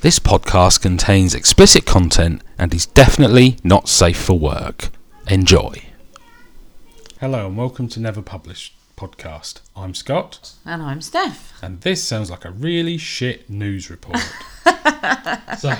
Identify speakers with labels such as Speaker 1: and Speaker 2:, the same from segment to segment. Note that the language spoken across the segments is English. Speaker 1: This podcast contains explicit content and is definitely not safe for work. Enjoy.
Speaker 2: Hello and welcome to Never Published podcast. I'm Scott,
Speaker 3: And I'm Steph.
Speaker 2: and this sounds like a really shit news report. so,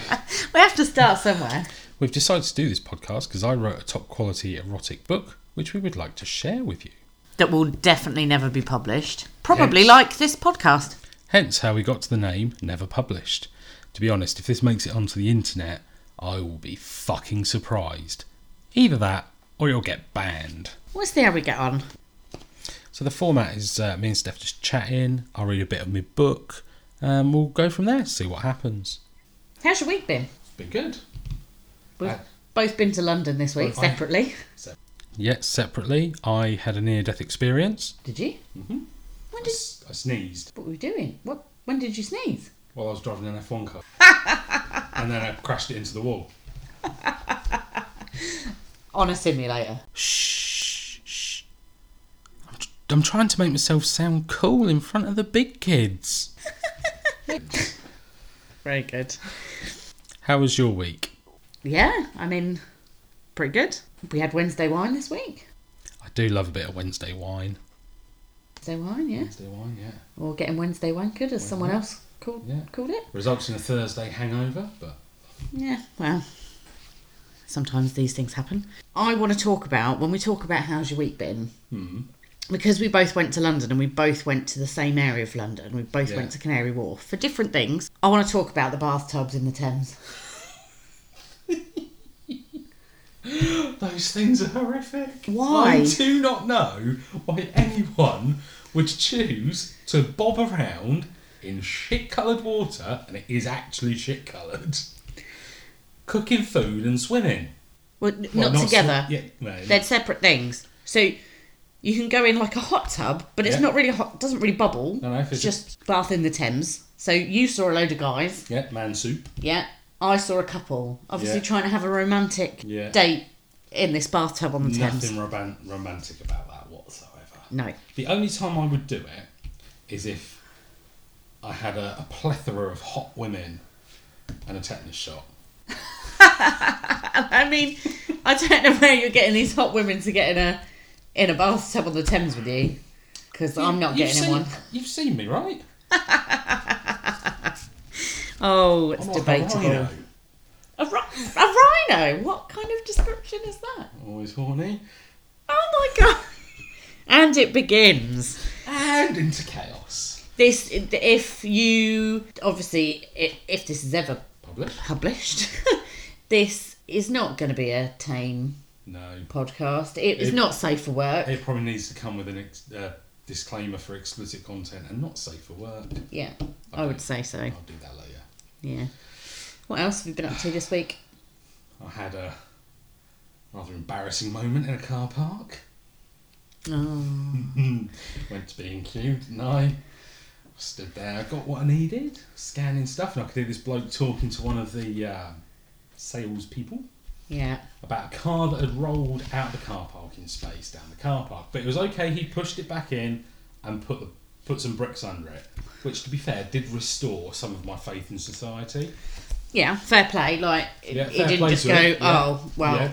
Speaker 3: We have to start somewhere.
Speaker 2: we've decided to do this podcast because I wrote a top quality erotic book which we would like to share with you.
Speaker 3: That will definitely never be published. Probably
Speaker 2: Yes.
Speaker 3: like this podcast.
Speaker 2: Hence how we got to the name Never Published. To be honest, if this makes it onto the internet, I will be fucking surprised. Either that or you'll get banned.
Speaker 3: Let's see how we get on.
Speaker 2: So the format is uh, me and Steph just chatting, I'll read a bit of my book, and we'll go from there, see what happens.
Speaker 3: How's your week been?
Speaker 2: It's been good.
Speaker 3: We've
Speaker 2: Uh,
Speaker 3: both been to London this week
Speaker 2: well, I-
Speaker 3: separately.
Speaker 2: Yet separately, I had a near death experience.
Speaker 3: Did you? When did
Speaker 2: I sneezed
Speaker 3: what were we doing? What when did you sneeze?
Speaker 2: while I was driving an F1 car. and then I crashed it into the wall.
Speaker 3: On a simulator.
Speaker 2: Shh, shh. I'm, tr- I'm trying to make myself sound cool in front of the big kids.
Speaker 3: Very good.
Speaker 2: How was your week?
Speaker 3: Yeah, I mean pretty good. We had Wednesday wine this week.
Speaker 2: I do love a bit of Wednesday wine.
Speaker 3: Wednesday wine, yeah.
Speaker 2: Wednesday wine, yeah.
Speaker 3: Or getting Wednesday wine good as someone else called
Speaker 2: Yeah.
Speaker 3: called it.
Speaker 2: Results in a Thursday hangover, but
Speaker 3: Yeah, well, sometimes these things happen. I want to talk about when we talk about how's your week been,
Speaker 2: Hmm.
Speaker 3: because we both went to London and we both went to the same area of London. We both
Speaker 2: Yeah.
Speaker 3: went to Canary Wharf for different things. I want to talk about the bathtubs in the Thames.
Speaker 2: Those things are horrific.
Speaker 3: Why?
Speaker 2: I do not know why anyone would choose to bob around in shit coloured water, and it is actually shit coloured. Cooking food and swimming.
Speaker 3: Well, n-
Speaker 2: Well,
Speaker 3: not
Speaker 2: swi-
Speaker 3: together.
Speaker 2: yeah, no,
Speaker 3: They're separate things. So you can go in like a hot tub, but it's
Speaker 2: Yeah.
Speaker 3: not really hot. Doesn't really bubble.
Speaker 2: No, no, if
Speaker 3: it's
Speaker 2: it's
Speaker 3: just bath in the Thames. So you saw a load of guys.
Speaker 2: yeah, man soup.
Speaker 3: Yeah, I saw a couple obviously
Speaker 2: Yeah.
Speaker 3: trying to have a romantic
Speaker 2: Yeah.
Speaker 3: date in this bathtub on the
Speaker 2: Nothing
Speaker 3: Thames.
Speaker 2: roman- romantic about that whatsoever.
Speaker 3: No,
Speaker 2: The only time I would do it is if I had a, a plethora of hot women and a tetanus shot.
Speaker 3: I mean, I don't know where you're getting these hot women to get in a in a bathtub on the Thames with you, because I'm not
Speaker 2: You've
Speaker 3: getting in
Speaker 2: seen-
Speaker 3: one.
Speaker 2: You've seen me, right?
Speaker 3: Oh, it's
Speaker 2: I'm like a
Speaker 3: debatable.
Speaker 2: rhino.
Speaker 3: A, ri- a rhino? What kind of description is that?
Speaker 2: Always horny.
Speaker 3: Oh my god! And it begins.
Speaker 2: and into chaos.
Speaker 3: This, if you obviously, i- if this is ever
Speaker 2: Publish?
Speaker 3: published. this is not going to be a tame
Speaker 2: No.
Speaker 3: podcast. It is
Speaker 2: It-
Speaker 3: not safe for work.
Speaker 2: It probably needs to come with an ex- uh, disclaimer for explicit content and not safe for work.
Speaker 3: yeah, I
Speaker 2: Okay.
Speaker 3: would say so.
Speaker 2: I'll do that later.
Speaker 3: Yeah. What else have you been up to this week?
Speaker 2: I had a rather embarrassing moment in a car park.
Speaker 3: Oh,
Speaker 2: Mm. Went to B and Q, didn't I? Stood there, got what I needed, scanning stuff, and I could hear this bloke talking to one of the uh, salespeople.
Speaker 3: yeah.
Speaker 2: about a car that had rolled out the car parking space down the car park. But it was okay. He pushed it back in and put the, put some bricks under it, which, to be fair, did restore some of my faith in society.
Speaker 3: Yeah, fair play. Like, it,
Speaker 2: Yeah,
Speaker 3: it
Speaker 2: fair
Speaker 3: didn't
Speaker 2: play
Speaker 3: just
Speaker 2: to
Speaker 3: go,
Speaker 2: it, yeah.
Speaker 3: oh, well,
Speaker 2: Yeah.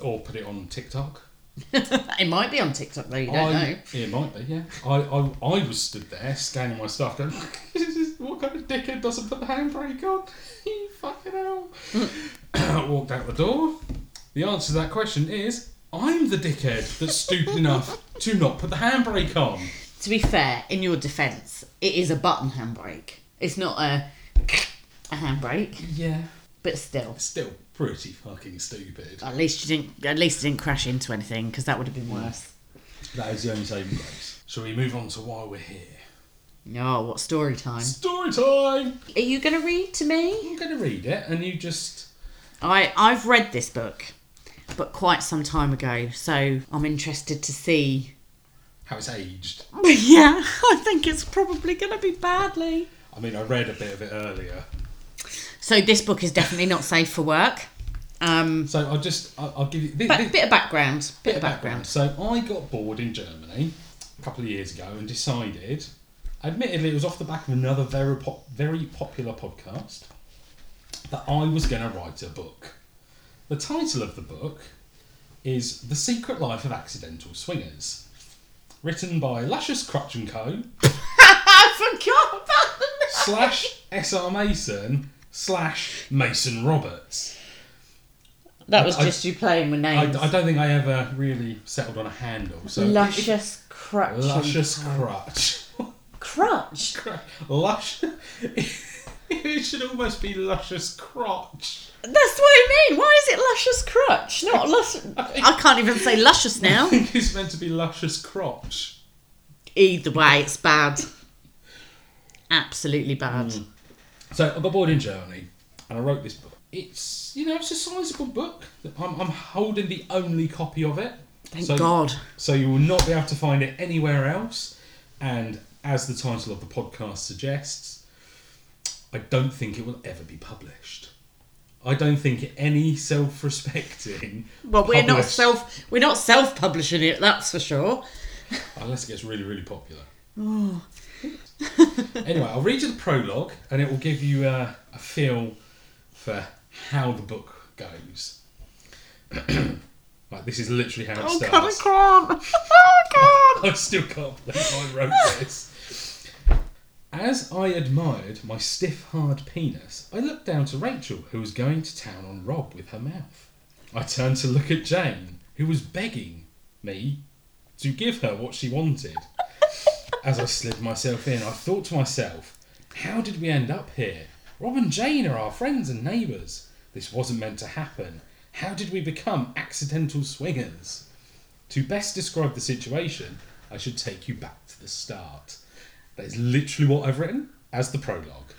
Speaker 2: Or put it on TikTok.
Speaker 3: it might be on TikTok though, you don't
Speaker 2: I,
Speaker 3: know.
Speaker 2: It might be, yeah. I, I, I was stood there scanning my stuff, going, "This is- "What kind of dickhead doesn't put the handbrake on?" you fucking hell! Walked out the door. The answer to that question is, I'm the dickhead that's stupid enough to not put the handbrake on.
Speaker 3: To be fair, in your defence, it is a button handbrake. It's not a, a handbrake,
Speaker 2: Yeah,
Speaker 3: but still.
Speaker 2: still pretty fucking stupid.
Speaker 3: At least you didn't. At least it didn't crash into anything because that would have been worse.
Speaker 2: That is the only saving grace. Shall we move on to why we're here? Mm.
Speaker 3: Oh, what story time?
Speaker 2: Story time.
Speaker 3: Are you going to read to me?
Speaker 2: I'm gonna read it, and you just
Speaker 3: I I've read this book, but quite some time ago, so I'm interested to see.
Speaker 2: how it's aged.
Speaker 3: yeah, I think it's probably going to be badly.
Speaker 2: I mean, I read a bit of it earlier.
Speaker 3: So this book is definitely not safe for work. Um,
Speaker 2: So I'll just I'll, I'll give you thi-
Speaker 3: but
Speaker 2: thi-
Speaker 3: bit of background. Bit of background.
Speaker 2: So I got bored in Germany a couple of years ago and decided. Admittedly, it was off the back of another very pop, very popular podcast. that I was going to write a book. The title of the book is The Secret Life of Accidental Swingers, written by Lashes Crutch and Co.
Speaker 3: I forgot about the name.
Speaker 2: slash S.R. Mason slash Mason Roberts.
Speaker 3: That was
Speaker 2: I-
Speaker 3: just you playing with
Speaker 2: I,
Speaker 3: names.
Speaker 2: I don't think I ever really settled on a handle. So
Speaker 3: Luscious crutch.
Speaker 2: Luscious Crutch.
Speaker 3: crutch.
Speaker 2: Oh, Lush. it should almost be Luscious Crotch.
Speaker 3: That's what I mean. Why is it luscious crutch? Not lush. I can't even say luscious
Speaker 2: I
Speaker 3: now.
Speaker 2: think it's meant to be Luscious Crotch.
Speaker 3: Either way, it's bad. Absolutely bad.
Speaker 2: So I got bored in Germany and I wrote this book. It's, you know, it's a sizable book. I'm, I'm holding the only copy of it.
Speaker 3: Thank
Speaker 2: So-
Speaker 3: God.
Speaker 2: So you will not be able to find it anywhere else. And as the title of the podcast suggests, I don't think it will ever be published. I don't think any self-respecting.
Speaker 3: Well, we're not
Speaker 2: published-
Speaker 3: self. We're not self-publishing it. That's for sure.
Speaker 2: Unless it gets really, really popular.
Speaker 3: Oh.
Speaker 2: anyway, I'll read you the prologue and it will give you uh, a feel for how the book goes. like, this is literally how it
Speaker 3: Oh God, I
Speaker 2: starts.
Speaker 3: can't. Oh God.
Speaker 2: I still can't believe I wrote this. As I admired my stiff, hard penis, I looked down to Rachel, who was going to town on Rob with her mouth. I turned to look at Jane, who was begging me to give her what she wanted. As I slid myself in, I thought to myself, how did we end up here? Rob and Jane are our friends and neighbours. This wasn't meant to happen. How did we become accidental swingers? To best describe the situation, I should take you back to the start. That is literally what I've written as the prologue.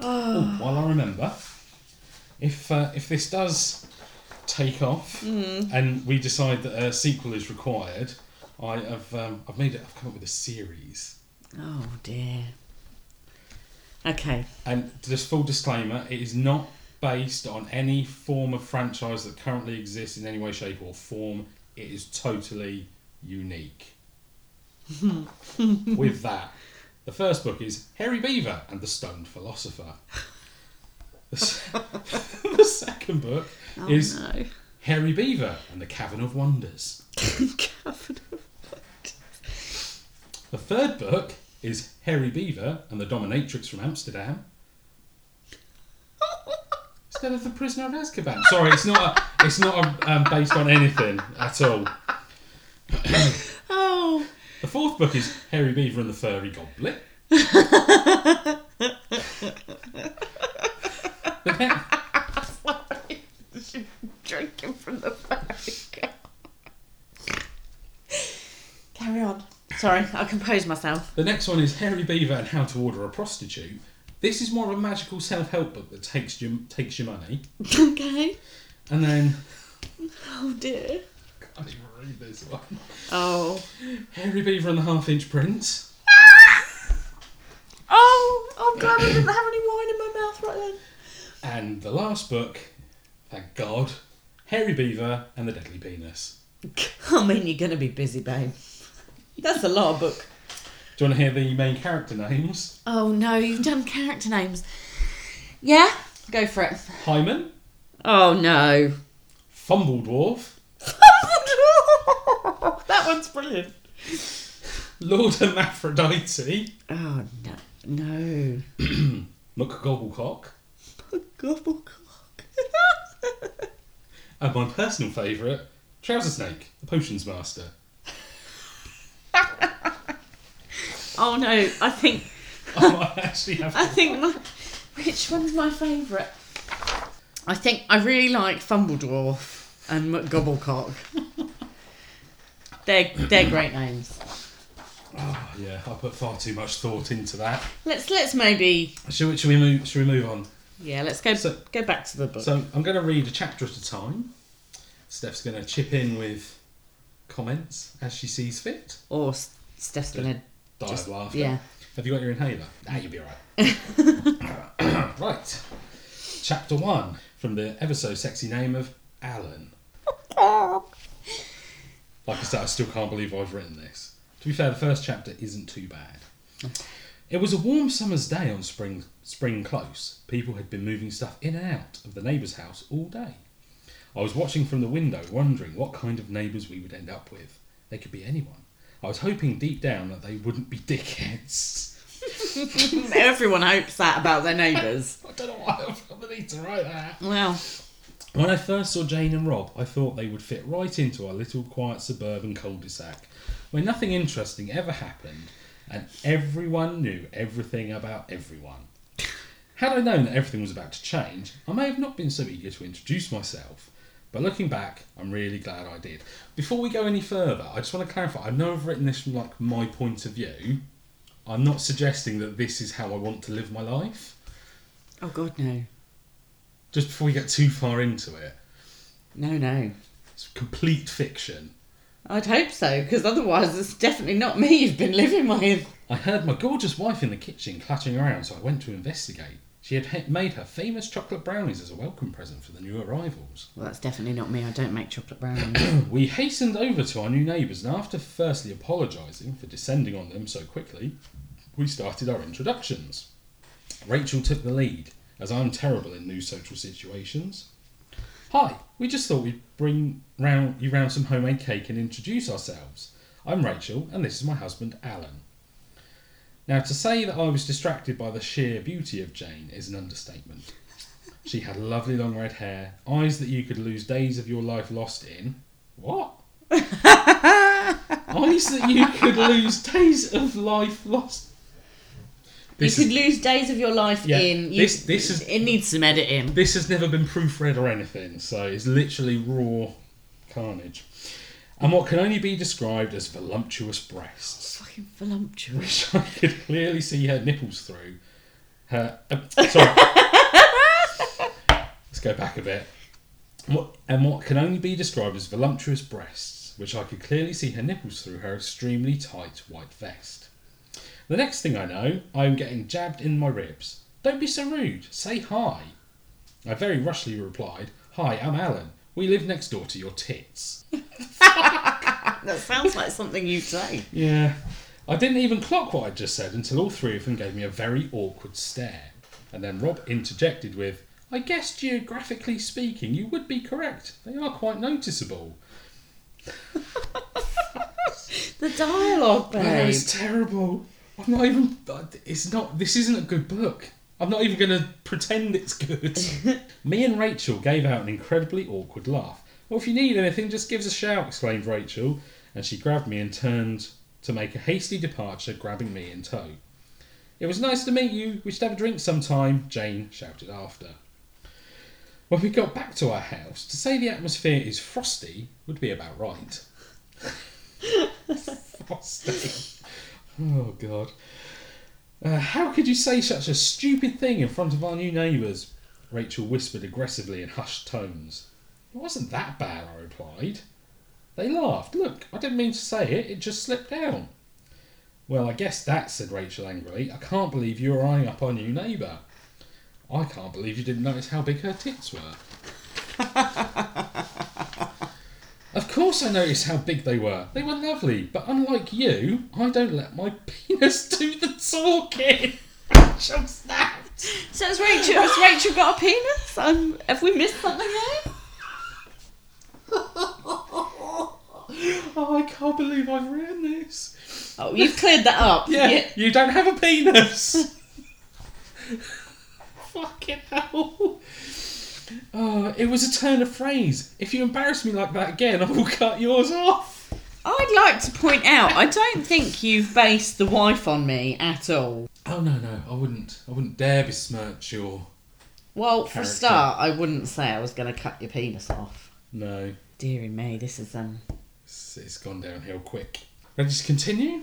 Speaker 2: Oh, while I remember, if uh, if this does take off and we decide that a sequel is required, I have um, I've made it. I've come up with a series.
Speaker 3: Oh dear. Okay.
Speaker 2: And just full disclaimer, it is not based on any form of franchise that currently exists in any way, shape, or form. It is totally unique. With that, the first book is Harry Beaver and the Stoned Philosopher. The, s- the second book
Speaker 3: Oh
Speaker 2: is
Speaker 3: no.
Speaker 2: Harry Beaver and the Cavern of Wonders.
Speaker 3: Cavern of
Speaker 2: The third book is Harry Beaver and the Dominatrix from Amsterdam. Instead of the Prisoner of Azkaban. Sorry, it's not. A, it's not a, um, based on anything at all.
Speaker 3: Oh.
Speaker 2: The fourth book is Harry Beaver and the Furry Goblet. the, ne-
Speaker 3: Drinking from the bag. Carry on. Sorry, I composed myself.
Speaker 2: the next one is Harry Beaver and How to Order a Prostitute. This is more of a magical self-help book that takes your takes your money.
Speaker 3: Okay.
Speaker 2: And then
Speaker 3: Oh dear.
Speaker 2: I can't even read this one.
Speaker 3: Oh.
Speaker 2: Harry Beaver and the Half Inch Prince.
Speaker 3: Oh, I'm glad I didn't have any wine in my mouth right then.
Speaker 2: And the last book, thank God, Harry Beaver and the Deadly Penis.
Speaker 3: I mean, you're going to be busy, babe. That's a lot of book.
Speaker 2: Do you want to hear the main character names?
Speaker 3: Oh no, you've done character names. Yeah, go for it.
Speaker 2: Hyman,
Speaker 3: Oh no.
Speaker 2: Fumble Dwarf,
Speaker 3: that one's brilliant.
Speaker 2: Lord Hermaphrodite,
Speaker 3: Oh no, no.
Speaker 2: McGobblecock,
Speaker 3: oh, Gobblecock.
Speaker 2: and my personal favourite, Trouser Snake, the Potions Master.
Speaker 3: oh no, I think
Speaker 2: I might actually have
Speaker 3: I
Speaker 2: to...
Speaker 3: think my, which one's my favourite? I think I really like Fumbledwarf and McGobblecock. they're they're great names.
Speaker 2: Ah, Yeah, I put far too much thought into that.
Speaker 3: Let's let's maybe
Speaker 2: Shall we, shall we, move, shall we move on?
Speaker 3: yeah let's go
Speaker 2: So-
Speaker 3: go back to the book.
Speaker 2: So I'm going to read a chapter at a time. Steph's going to chip in with comments as she sees fit.
Speaker 3: or S- Steph's gonna
Speaker 2: Die
Speaker 3: Just-
Speaker 2: of laughter.
Speaker 3: yeah.
Speaker 2: Have you got your inhaler? Ah, you'll be alright. right. Chapter one from the ever so sexy name of Alan. Like I said, I still can't believe I've written this. To be fair, the first chapter isn't too bad. It was a warm summer's day on Spring Spring Close. People had been moving stuff in and out of the neighbour's house all day. I was watching from the window, wondering what kind of neighbours we would end up with. They could be anyone. I was hoping deep down that they wouldn't be dickheads.
Speaker 3: Everyone hopes that about their neighbours.
Speaker 2: I don't know why I need to write that.
Speaker 3: Well,
Speaker 2: When I first saw Jane and Rob, I thought they would fit right into our little quiet suburban cul-de-sac, where nothing interesting ever happened, and everyone knew everything about everyone. Had I known that everything was about to change, I may have not been so eager to introduce myself. But looking back, I'm really glad I did. Before we go any further, I just want to clarify. I know I've written this from like my point of view. I'm not suggesting that this is how I want to live my life
Speaker 3: oh God, no,
Speaker 2: just before we get too far into it,
Speaker 3: no, no.
Speaker 2: it's complete fiction.
Speaker 3: I'd hope so, because otherwise it's definitely not me you've been living with.
Speaker 2: I heard my gorgeous wife in the kitchen clattering around, so I went to investigate. She had he- made her famous chocolate brownies as a welcome present for the new arrivals.
Speaker 3: Well, that's definitely not me. I don't make chocolate brownies.
Speaker 2: We hastened over to our new neighbours, and after firstly apologising for descending on them so quickly, we started our introductions. Rachel took the lead, as I'm terrible in new social situations. Hi, we just thought we'd bring round, you round some homemade cake and introduce ourselves. I'm Rachel, and this is my husband, Alan. Now, to say that I was distracted by the sheer beauty of Jane is an understatement. She had lovely long red hair, eyes that you could lose days of your life lost in. What? eyes that you could lose days of life lost. This
Speaker 3: you
Speaker 2: is
Speaker 3: could lose days of your life
Speaker 2: Yeah,
Speaker 3: in. You,
Speaker 2: this- this is-
Speaker 3: It needs some editing.
Speaker 2: This has never been proofread or anything, so it's literally raw carnage. And what can only be described as voluptuous breasts,
Speaker 3: Fucking voluptuous.
Speaker 2: which I could clearly see her nipples through. Her, uh, sorry. Let's go back a bit. What, and what can only be described as voluptuous breasts, which I could clearly see her nipples through her extremely tight white vest. The next thing I know, I am getting jabbed in my ribs. Don't be so rude. Say hi. I very rashly replied, Hi, I'm Alan. We live next door to your tits.
Speaker 3: That sounds like something you say.
Speaker 2: Yeah. I didn't even clock what I'd just said until all three of them gave me a very awkward stare. And then Rob interjected with, I guess geographically speaking, you would be correct. They are quite noticeable.
Speaker 3: The dialogue,
Speaker 2: Oh,
Speaker 3: babe.
Speaker 2: it's terrible. I'm not even. It's not. This isn't a good book. I'm not even going to pretend it's good. Me and Rachel gave out an incredibly awkward laugh. Well, if you need anything, just give us a shout, exclaimed Rachel. And she grabbed me and turned to make a hasty departure, grabbing me in tow. It was nice to meet you. We should have a drink sometime, Jane shouted after. When we got back to our house, to say the atmosphere is frosty would be about right. frosty. Oh, God. Uh, how could you say such a stupid thing in front of our new neighbours? Rachel whispered aggressively in hushed tones. It wasn't that bad, I replied. They laughed. Look, I didn't mean to say it, it just slipped down. Well, I guess that, said Rachel angrily. I can't believe you were eyeing up our new neighbour. I can't believe you didn't notice how big her tits were. of course I noticed how big they were. They were lovely, but unlike you, I don't let my penis do the talking. Rachel snapped.
Speaker 3: So has Rachel, has Rachel got a penis? Um, have we missed something there?
Speaker 2: Oh, I can't believe I've written this.
Speaker 3: Oh, you've cleared that up.
Speaker 2: Yeah, you don't have a penis. Fucking hell. Uh, it was a turn of phrase. If you embarrass me like that again, I will cut yours off.
Speaker 3: I'd like to point out, I don't think you've based the wife on me at all.
Speaker 2: Oh no, no, I wouldn't. I wouldn't dare besmirch your.
Speaker 3: Well, for a
Speaker 2: Character.
Speaker 3: start, I wouldn't say I was going to cut your penis off.
Speaker 2: No,
Speaker 3: Dearie me, this is um.
Speaker 2: it's, it's gone downhill quick. Ready to continue? Do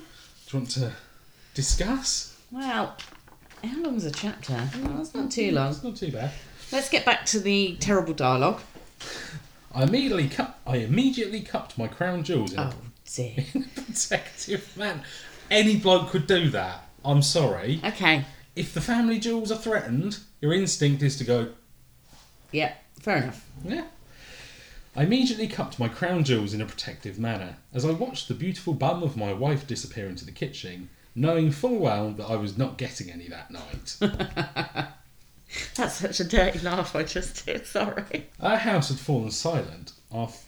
Speaker 2: you want to discuss?
Speaker 3: Well, how long's a chapter? Well, it's not too long.
Speaker 2: It's not too bad.
Speaker 3: Let's get back to the terrible dialogue.
Speaker 2: I immediately cut. I immediately cupped my crown jewels in a
Speaker 3: Oh dear.
Speaker 2: protective man. Any bloke could do that. I'm sorry.
Speaker 3: Okay.
Speaker 2: If the family jewels are threatened, your instinct is to go,
Speaker 3: Yeah. Fair enough.
Speaker 2: yeah. I immediately cupped my crown jewels in a protective manner. As I watched the beautiful bum of my wife disappear into the kitchen, knowing full well that I was not getting any that night.
Speaker 3: That's such a dirty laugh I just did, sorry.
Speaker 2: Our house had fallen silent af-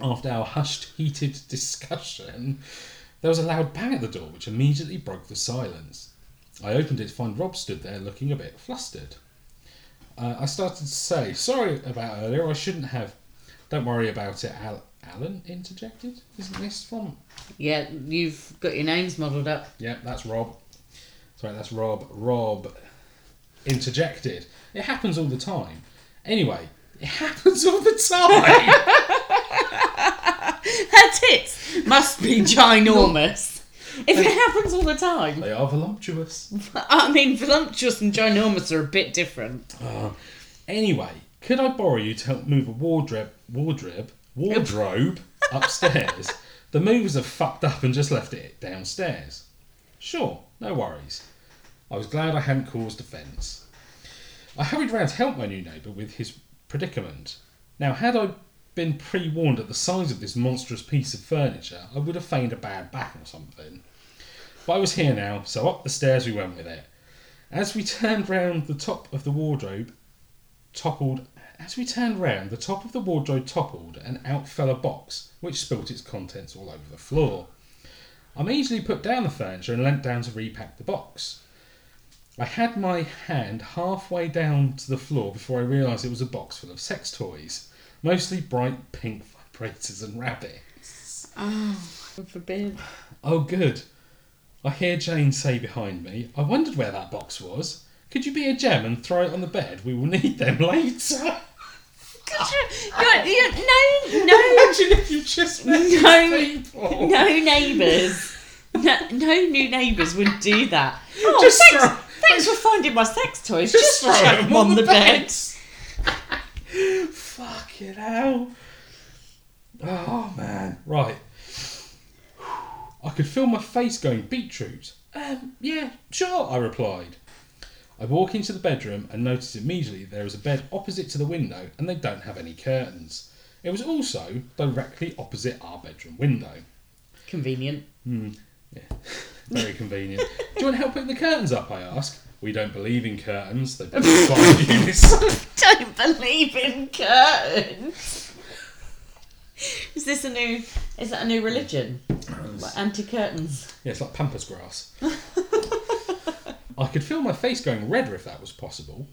Speaker 2: after our hushed, heated discussion. There was a loud bang at the door, which immediately broke the silence. I opened it to find Rob stood there looking a bit flustered. Uh, I started to say, Sorry about earlier, I shouldn't have. Don't worry about it, Al- Alan interjected. Isn't this from.
Speaker 3: Yeah, you've got your names modelled up.
Speaker 2: Yep, that's Rob. Sorry, that's Rob. Rob interjected. It happens all the time. Anyway, it happens all the time!
Speaker 3: Her tits must be ginormous. If it happens all the time.
Speaker 2: They are voluptuous.
Speaker 3: I mean, voluptuous and ginormous are a bit different.
Speaker 2: Anyway, could I borrow you to help move a wardrobe, wardrobe, wardrobe upstairs? The movers have fucked up and just left it downstairs. Sure, no worries. I was glad I hadn't caused offence. I hurried round to help my new neighbour with his predicament. Now, had I been pre warned at the size of this monstrous piece of furniture, I would have feigned a bad back or something. But I was here now, so up the stairs we went with it. As we turned round the top of the wardrobe, toppled. As we turned round, the top of the wardrobe toppled and out fell a box, which spilt its contents all over the floor. I immediately put down the furniture and leant down to repack the box. I had my hand halfway down to the floor before I realised it was a box full of sex toys, mostly bright pink vibrators and rabbits.
Speaker 3: Oh, God forbid.
Speaker 2: Oh, good. I hear Jane say behind me, I wondered where that box was. Could you be a gem and throw it on the bed? We will need them later.
Speaker 3: You're, you're, no, no,
Speaker 2: Imagine if you just met these
Speaker 3: No.
Speaker 2: people.
Speaker 3: no neighbours. No, no new neighbours would do that. Oh,
Speaker 2: Just
Speaker 3: thanks,
Speaker 2: throw-
Speaker 3: thanks for finding my sex toys.
Speaker 2: Just
Speaker 3: Just,
Speaker 2: throw
Speaker 3: chuck
Speaker 2: them
Speaker 3: them on the bed.
Speaker 2: Fucking hell. Oh man. Right. I could feel my face going beetroot. Um, yeah, sure, I replied. I walk into the bedroom and notice immediately there is a bed opposite to the window and they don't have any curtains. It was also directly opposite our bedroom window.
Speaker 3: Convenient.
Speaker 2: Very convenient. Do you want help putting the curtains up? I ask. We don't believe in curtains. They provide you with-
Speaker 3: Don't believe in curtains. Is this a new? Is that a new religion? Anti curtains.
Speaker 2: Yeah, it's like pampas grass. I could feel my face going redder if that was possible.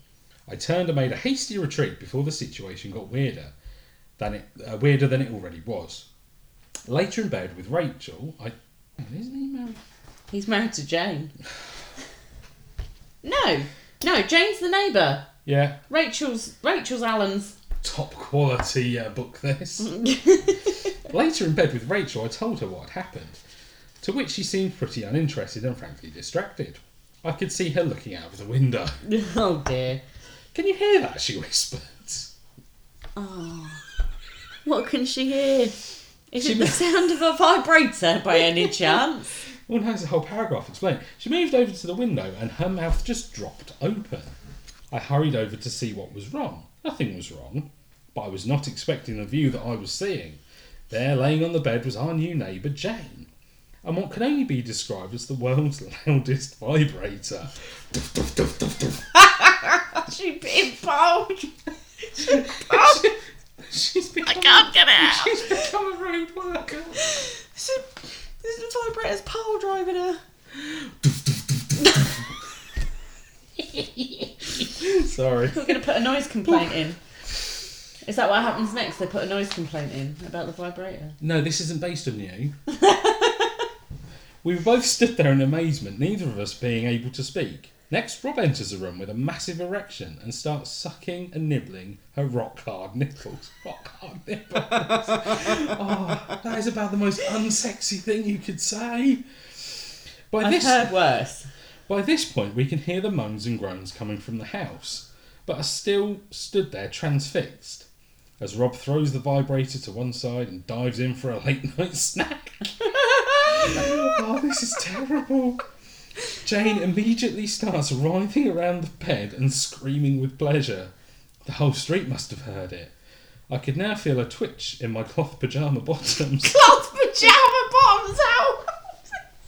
Speaker 2: I turned and made a hasty retreat before the situation got weirder than it uh, weirder than it already was. Later in bed with Rachel, I oh, isn't he married?
Speaker 3: He's married to Jane. No, no, Jane's the neighbour.
Speaker 2: Yeah,
Speaker 3: Rachel's Rachel's Alan's.
Speaker 2: top quality uh, book this. Later in bed with Rachel, I told her what had happened, to which she seemed pretty uninterested and frankly distracted. I could see her looking out of the window.
Speaker 3: oh dear.
Speaker 2: Can you hear that? She whispered.
Speaker 3: Oh, what can she hear? Is it the sound of a vibrator by any chance?
Speaker 2: Well, has a whole paragraph explained. She moved over to the window and her mouth just dropped open. I hurried over to see what was wrong. Nothing was wrong, but I was not expecting the view that I was seeing. There, laying on the bed, was our new neighbour Jane, and what can only be described as the world's loudest vibrator. Duff, duff, duff, duff, duff.
Speaker 3: She been bold.
Speaker 2: She's become,
Speaker 3: get out.
Speaker 2: she's become a road worker.
Speaker 3: She, this vibrator's pole driving her.
Speaker 2: Sorry.
Speaker 3: We're going to put a noise complaint in. Is that what happens next? They put a noise complaint in about the vibrator.
Speaker 2: No, this isn't based on you. we both stood there in amazement, neither of us being able to speak. Next, Rob enters the room with a massive erection and starts sucking and nibbling her rock hard nipples. Rock hard nipples. oh, that is about the most unsexy thing you could say. By
Speaker 3: I've
Speaker 2: this,
Speaker 3: heard worse.
Speaker 2: by this point, we can hear the moans and groans coming from the house, but are still stood there transfixed as Rob throws the vibrator to one side and dives in for a late night snack. oh, this is terrible. Jane immediately starts writhing around the bed and screaming with pleasure. The whole street must have heard it. I could now feel a twitch in my cloth pajama bottoms.
Speaker 3: Cloth pajama bottoms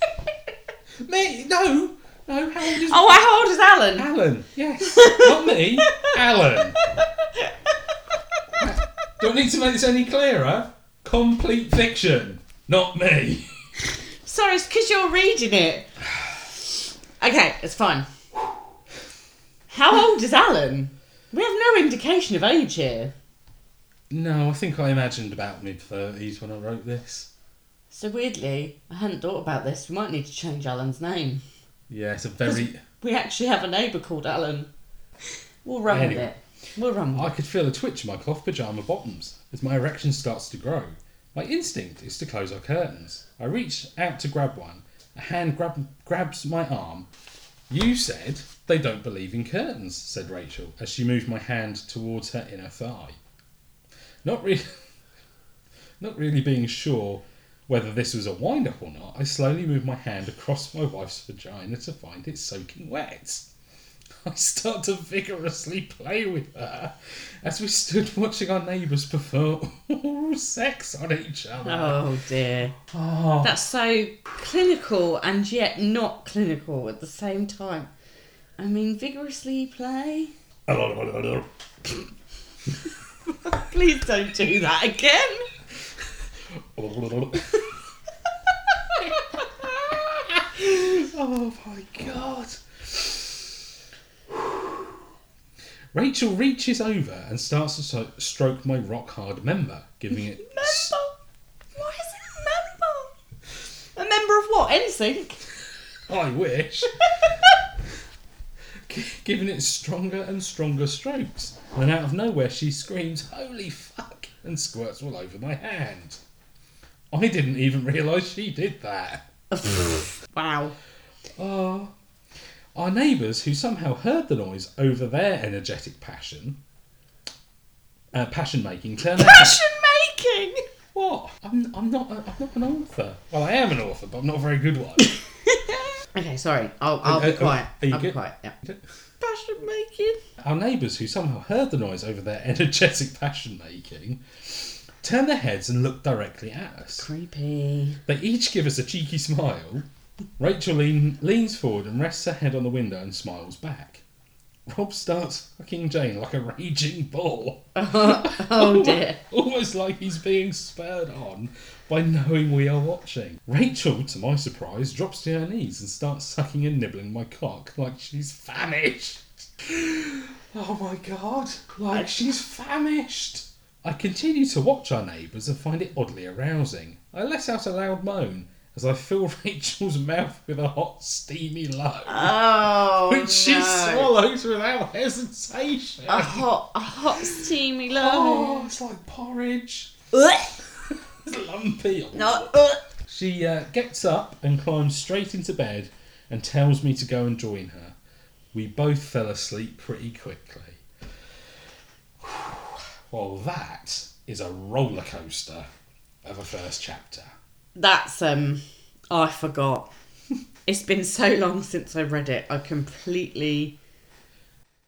Speaker 3: out.
Speaker 2: Me? No. No, how old is
Speaker 3: Oh, how old is Alan?
Speaker 2: Alan? Yes. Not me. Alan. Do I need to make this any clearer? Complete fiction. Not me.
Speaker 3: Sorry, it's because you're reading it. Okay, it's fine. How old is Alan? We have no indication of age here.
Speaker 2: No, I think I imagined about mid 30s when I wrote this.
Speaker 3: So weirdly, I hadn't thought about this. We might need to change Alan's name.
Speaker 2: Yeah, it's a very.
Speaker 3: We actually have a neighbour called Alan. We'll run with
Speaker 2: Anyway.
Speaker 3: it. We'll run with
Speaker 2: Um, I
Speaker 3: it.
Speaker 2: could feel a twitch in my cloth pyjama bottoms as my erection starts to grow. My instinct is to close our curtains. I reach out to grab one. A hand grab- grabs my arm. You said they don't believe in curtains, said Rachel as she moved my hand towards her inner thigh. Not really, not really being sure whether this was a wind up or not, I slowly moved my hand across my wife's vagina to find it soaking wet. I start to vigorously play with her as we stood watching our neighbours perform oral sex on each other.
Speaker 3: Oh dear.
Speaker 2: Oh.
Speaker 3: That's so clinical and yet not clinical at the same time. I mean, vigorously play.
Speaker 2: Ah.
Speaker 3: Please don't do that again.
Speaker 2: oh my god. Rachel reaches over and starts to so- stroke my rock hard member, giving it. s-
Speaker 3: Member? Why is it a member? A member of what? NSYNC?
Speaker 2: I wish. G- giving it stronger and stronger strokes. And out of nowhere, she screams, Holy fuck! and squirts all over my hand. I didn't even realise she did that.
Speaker 3: Wow.
Speaker 2: Ah. Our neighbours, who somehow heard the noise over their energetic passion, uh, passion making, turn out.
Speaker 3: Passion making!
Speaker 2: What? I'm, I'm not. A, I'm not an author. Well, I am an author, but I'm not a very good one.
Speaker 3: Okay, sorry. I'll, I'll
Speaker 2: Uh,
Speaker 3: be
Speaker 2: uh,
Speaker 3: quiet.
Speaker 2: are you
Speaker 3: I'll be
Speaker 2: good?
Speaker 3: quiet, yeah. Passion making?
Speaker 2: Our neighbours, who somehow heard the noise over their energetic passion making, turn their heads and look directly at us.
Speaker 3: Creepy.
Speaker 2: They each give us a cheeky smile. Rachel lean, leans forward and rests her head on the window and smiles back. Rob starts fucking Jane like a raging bull,
Speaker 3: Oh dear.
Speaker 2: almost like he's being spurred on by knowing we are watching. Rachel, to my surprise, drops to her knees and starts sucking and nibbling my cock like she's famished. Oh my god, like she's famished. I continue to watch our neighbours and find it oddly arousing. I let out a loud moan as I fill Rachel's mouth with a hot, steamy load,
Speaker 3: Oh.
Speaker 2: which she
Speaker 3: no. Ah.
Speaker 2: swallows without hesitation.
Speaker 3: A hot, a hot steamy
Speaker 2: Oh,
Speaker 3: load.
Speaker 2: it's like porridge.
Speaker 3: Ugh.
Speaker 2: It's lumpy.
Speaker 3: No. ugh.
Speaker 2: She uh, gets up and climbs straight into bed and tells me to go and join her. We both fell asleep pretty quickly. Well, that is a roller coaster of a first chapter.
Speaker 3: That's um I forgot. it's been so long since I read it. I completely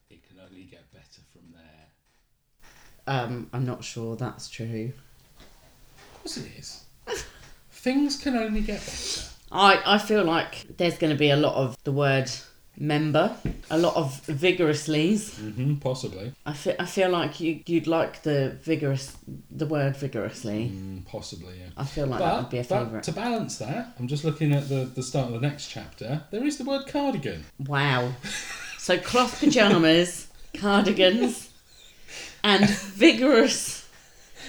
Speaker 2: It can only get better from there.
Speaker 3: um I'm not sure that's true.
Speaker 2: Of course, it is. Things can only get better.
Speaker 3: I I feel like there's going to be a lot of the word member, a lot of vigorously's.
Speaker 2: Mm-hmm, possibly.
Speaker 3: I feel I feel like you you'd like the vigorous the word vigorously.
Speaker 2: Mm, possibly, yeah.
Speaker 3: I feel like Oh, that
Speaker 2: But,
Speaker 3: would be a
Speaker 2: but
Speaker 3: favorite.
Speaker 2: to balance that, I'm just looking at the, the start of the next chapter. There is the word cardigan.
Speaker 3: Wow. So cloth pajamas, cardigans, and vigorous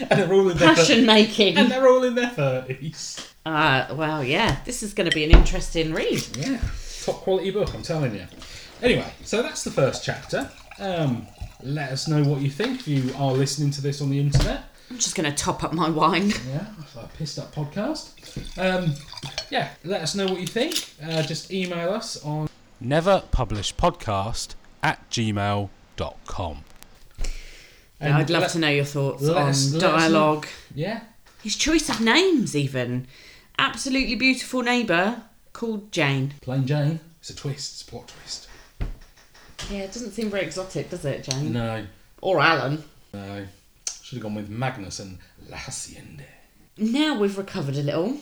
Speaker 2: And they're all in their
Speaker 3: passion making.
Speaker 2: and they're all in their thirties.
Speaker 3: Uh, well, yeah, this is going to be an interesting read.
Speaker 2: Yeah, top quality book, I'm telling you. Anyway, so that's the first chapter. Um, let us know what you think if you are listening to this on the internet.
Speaker 3: I'm just going to top up my wine.
Speaker 2: Yeah, that's a pissed up podcast. Um, yeah, let us know what you think. Uh, just email us on.
Speaker 1: Never published podcast at gmail.com.
Speaker 3: Yeah, I'd
Speaker 2: and
Speaker 3: love
Speaker 2: let-
Speaker 3: to know your thoughts
Speaker 2: let us-
Speaker 3: on
Speaker 2: let us know.
Speaker 3: dialogue.
Speaker 2: Yeah,
Speaker 3: His choice of names, even. Absolutely beautiful neighbour called Jane.
Speaker 2: plain Jane. It's a twist. It's a plot twist.
Speaker 3: Yeah, it doesn't seem very exotic, does it, Jane?
Speaker 2: No,
Speaker 3: Or Alan.
Speaker 2: no. Should have gone with Magnus and La Hacienda.
Speaker 3: Now we've recovered a little.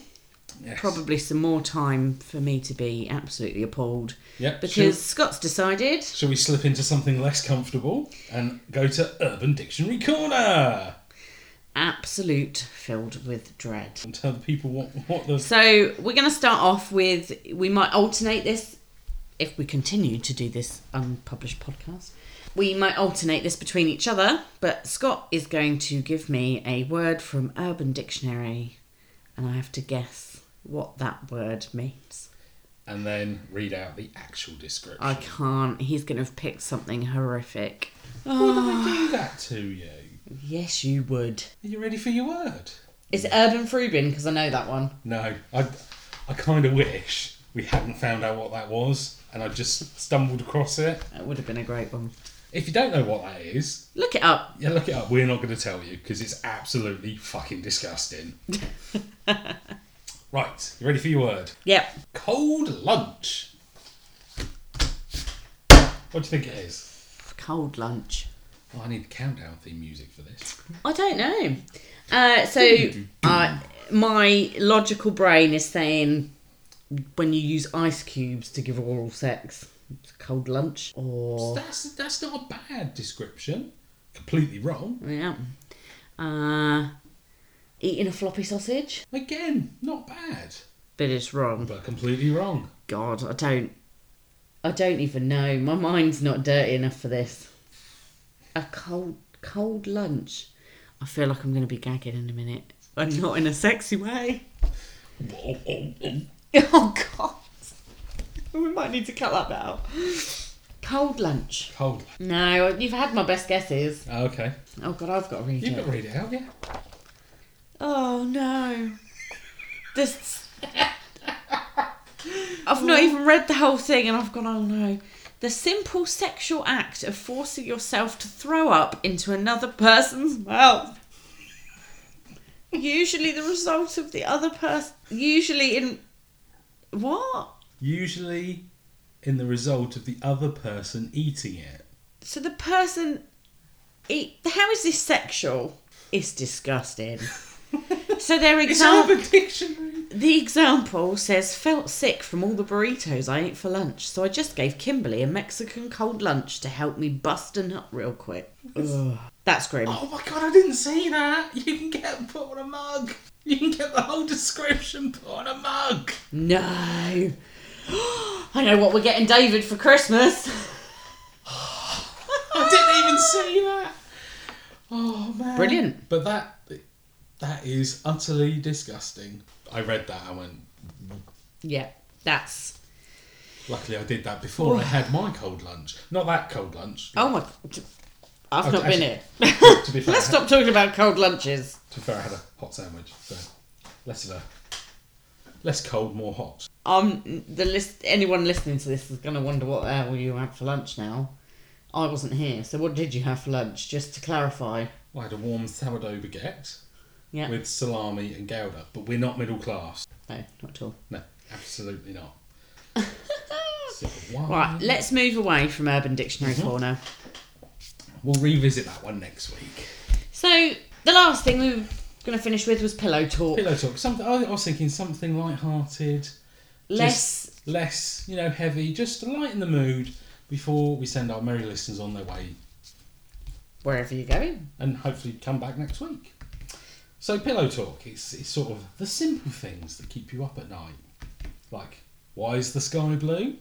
Speaker 2: Yes.
Speaker 3: probably some more time for me to be absolutely appalled
Speaker 2: Yep.
Speaker 3: because
Speaker 2: Shall,
Speaker 3: Scott's decided
Speaker 2: shall we slip into something less comfortable and go to Urban Dictionary Corner
Speaker 3: absolute filled with dread.
Speaker 2: and tell the people what what the
Speaker 3: So we're going to start off with we might alternate this if we continue to do this unpublished podcast. We might alternate this between each other, but Scott is going to give me a word from Urban Dictionary and I have to guess what that word means.
Speaker 2: and then read out the actual description.
Speaker 3: I can't. He's going to have picked something horrific.
Speaker 2: Why do
Speaker 3: Ah.
Speaker 2: they do that to you?
Speaker 3: Yes, you would.
Speaker 2: Are you ready for your word?
Speaker 3: Is it Urban Frubin? Because I know that one.
Speaker 2: No, I, I kind of wish we hadn't found out what that was and I just stumbled across it.
Speaker 3: That would have been a great one.
Speaker 2: If you don't know what that is,
Speaker 3: Look it up.
Speaker 2: yeah, look it up. We're not going to tell you because it's absolutely fucking disgusting. right, you ready for your word?
Speaker 3: Yep.
Speaker 2: Cold lunch. What do you think it is?
Speaker 3: Cold lunch.
Speaker 2: Oh, I need the countdown theme music for this.
Speaker 3: I don't know. Uh, so uh, my logical brain is saying when you use ice cubes to give oral sex, it's a cold lunch or
Speaker 2: That's that's not a bad description. Completely wrong.
Speaker 3: yeah, uh, eating a floppy sausage.
Speaker 2: Again, not bad,
Speaker 3: But it's wrong.
Speaker 2: but completely wrong.
Speaker 3: God, I don't, I don't even know. My mind's not dirty enough for this. A cold, cold lunch. I feel like I'm going to be gagging in a minute, and not in a sexy way. Oh god. We might need to cut that bit out. Cold lunch.
Speaker 2: Cold.
Speaker 3: No, you've had my best guesses.
Speaker 2: Okay,
Speaker 3: Oh god, I've got to read
Speaker 2: you
Speaker 3: it.
Speaker 2: can read it out, yeah.
Speaker 3: Oh no. This. I've not even read the whole thing and I've gone, oh no. The simple sexual act of forcing yourself to throw up into another person's mouth. Usually the result of the other person. Usually in. What?
Speaker 2: Usually, in the result of the other person eating it.
Speaker 3: So the person, it, how is this sexual? It's disgusting. so their
Speaker 2: It's
Speaker 3: example,
Speaker 2: Urban Dictionary.
Speaker 3: the example says felt sick from all the burritos I ate for lunch, so I just gave Kimberly a Mexican cold lunch to help me bust a nut real quick. Ugh. That's grim.
Speaker 2: Oh my god, I didn't see that. You can get put on a mug. You can get the whole description put on a mug.
Speaker 3: No, I know what we're getting David for Christmas.
Speaker 2: I didn't even see that. Oh man.
Speaker 3: Brilliant.
Speaker 2: But that that is utterly disgusting. I read that and went.
Speaker 3: Yeah, that's.
Speaker 2: Luckily, I did that before I had my cold lunch. Not that cold lunch.
Speaker 3: Oh my. I've
Speaker 2: Okay,
Speaker 3: not been
Speaker 2: actually-
Speaker 3: here.
Speaker 2: to be fair, I
Speaker 3: Let's
Speaker 2: had-
Speaker 3: stop talking about cold lunches.
Speaker 2: To be fair, I had a hot sandwich, so less of a less cold, more hot.
Speaker 3: um the list anyone listening to this is going to wonder what the hell you had for lunch now i wasn't here so what did you have for lunch just to clarify
Speaker 2: I had a warm sourdough baguette
Speaker 3: yeah
Speaker 2: with salami and gouda, but we're not middle class.
Speaker 3: no not at all
Speaker 2: No, absolutely not. So why-
Speaker 3: right let's move away from urban dictionary
Speaker 2: Mm-hmm.
Speaker 3: corner
Speaker 2: We'll revisit that one next week.
Speaker 3: so the last thing we were going to finish with was pillow talk
Speaker 2: Pillow talk. Something. I was thinking something light-hearted,
Speaker 3: less
Speaker 2: just less, you know, heavy, just to lighten the mood before we send our merry listeners on their way
Speaker 3: wherever you're going
Speaker 2: and hopefully come back next week. So pillow talk is it's sort of the simple things that keep you up at night. Like, why is the sky blue?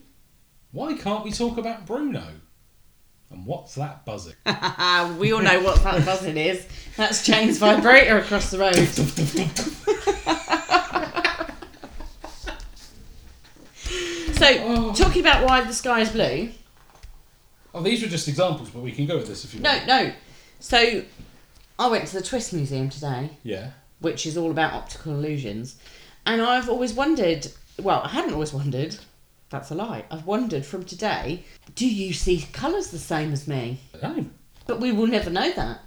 Speaker 2: Why can't we talk about Bruno? And what's that buzzing?
Speaker 3: we all know what that buzzing is that's jane's vibrator across the road so
Speaker 2: Oh.
Speaker 3: talking about why the sky is blue
Speaker 2: oh, these were just examples, but we can go with this if you
Speaker 3: No,
Speaker 2: want.
Speaker 3: no. So I went to the Twist Museum today,
Speaker 2: Yeah.
Speaker 3: which is all about optical illusions, and I've always wondered. Well, I hadn't always wondered. That's a lie. I've wondered from today. Do you see colours the same as me?
Speaker 2: I don't know.
Speaker 3: But we will never know that.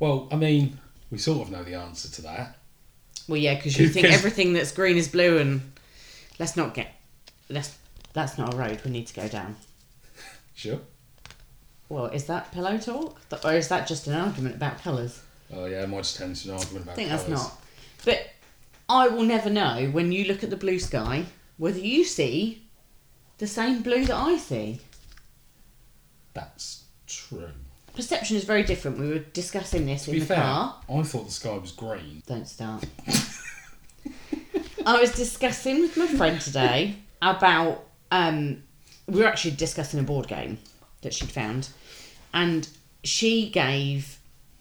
Speaker 2: Well, I mean, we sort of know the answer to that.
Speaker 3: Well, yeah, because you think
Speaker 2: Because-
Speaker 3: everything that's green is blue, and let's not get. Let's. That's not a road we need to go down.
Speaker 2: Sure.
Speaker 3: Well, is that pillow talk, or is that just an argument about colours?
Speaker 2: Oh yeah, it might just turn into an argument about
Speaker 3: I think that's
Speaker 2: colours.
Speaker 3: not. But I will never know when you look at the blue sky whether you see the same blue that I see.
Speaker 2: That's true.
Speaker 3: Perception is very different. We were discussing this
Speaker 2: To
Speaker 3: in
Speaker 2: be
Speaker 3: the
Speaker 2: fair,
Speaker 3: car.
Speaker 2: I thought the sky was green.
Speaker 3: Don't start. I was discussing with my friend today about um, we were actually discussing a board game that she'd found, and she gave.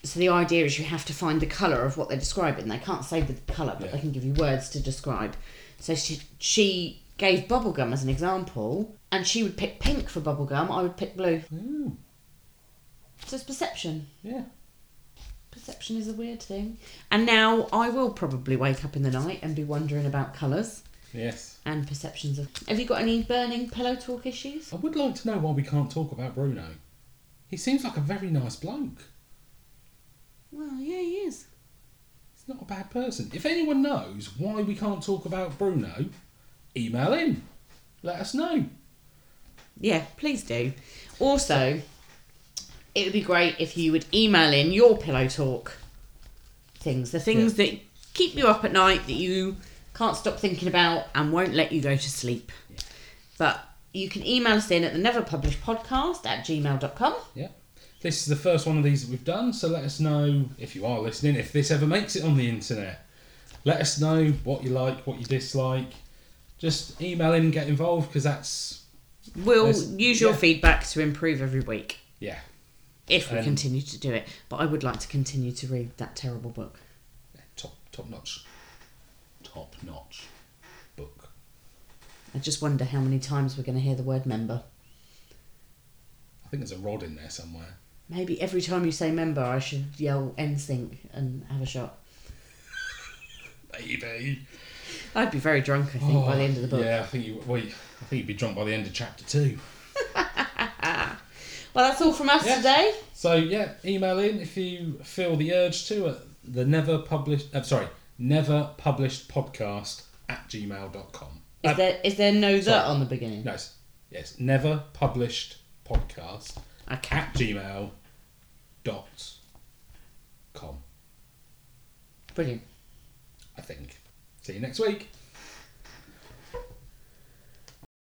Speaker 3: So the idea is you have to find the color of what they're describing. They can't say the color, but they
Speaker 2: Yeah.
Speaker 3: can give you words to describe. So she she gave bubblegum as an example, and she would pick pink for bubblegum. I would pick blue.
Speaker 2: Ooh,
Speaker 3: So it's perception.
Speaker 2: yeah.
Speaker 3: Perception is a weird thing. And now I will probably wake up in the night and be wondering about colours
Speaker 2: Yes.
Speaker 3: and perceptions of. Have you got any burning pillow talk issues?
Speaker 2: I would like to know why we can't talk about Bruno. He seems like a very nice bloke.
Speaker 3: Well, yeah, he is.
Speaker 2: He's not a bad person. If anyone knows why we can't talk about Bruno, email him. Let us know.
Speaker 3: Yeah, please do. Also, it would be great if you would email in your pillow talk things, the things that keep you up at night that you can't stop thinking about and won't let you go to sleep. But you can email us in at the never published podcast at gmail.com.
Speaker 2: Yeah. This is the first one of these that we've done, so let us know if you are listening, if this ever makes it on the internet. Let us know what you like, what you dislike. Just email in and get involved because that's,
Speaker 3: We'll
Speaker 2: There's-
Speaker 3: use your
Speaker 2: yeah.
Speaker 3: feedback to improve every week
Speaker 2: yeah.
Speaker 3: if we
Speaker 2: Um,
Speaker 3: continue to do it. But I would like to continue to read that terrible book.
Speaker 2: top top notch top notch book
Speaker 3: I just wonder how many times we're going to hear the word member.
Speaker 2: i think there's a rod in there somewhere
Speaker 3: Maybe every time you say member, I should yell NSYNC and have a shot.
Speaker 2: maybe
Speaker 3: I'd be very drunk, I think, by the end of the book.
Speaker 2: Oh, yeah i think you well, you- i think you'd be drunk by the end of chapter two
Speaker 3: Well, that's all from us
Speaker 2: Yeah.
Speaker 3: today.
Speaker 2: so yeah email in if you feel the urge to at the never published uh, sorry never published podcast at gmail.com
Speaker 3: Is
Speaker 2: Uh,
Speaker 3: there is there no that
Speaker 2: sorry.
Speaker 3: on the beginning?
Speaker 2: no it's- yes never published podcast
Speaker 3: Okay.
Speaker 2: at gmail dot com
Speaker 3: Brilliant.
Speaker 2: i think see you next week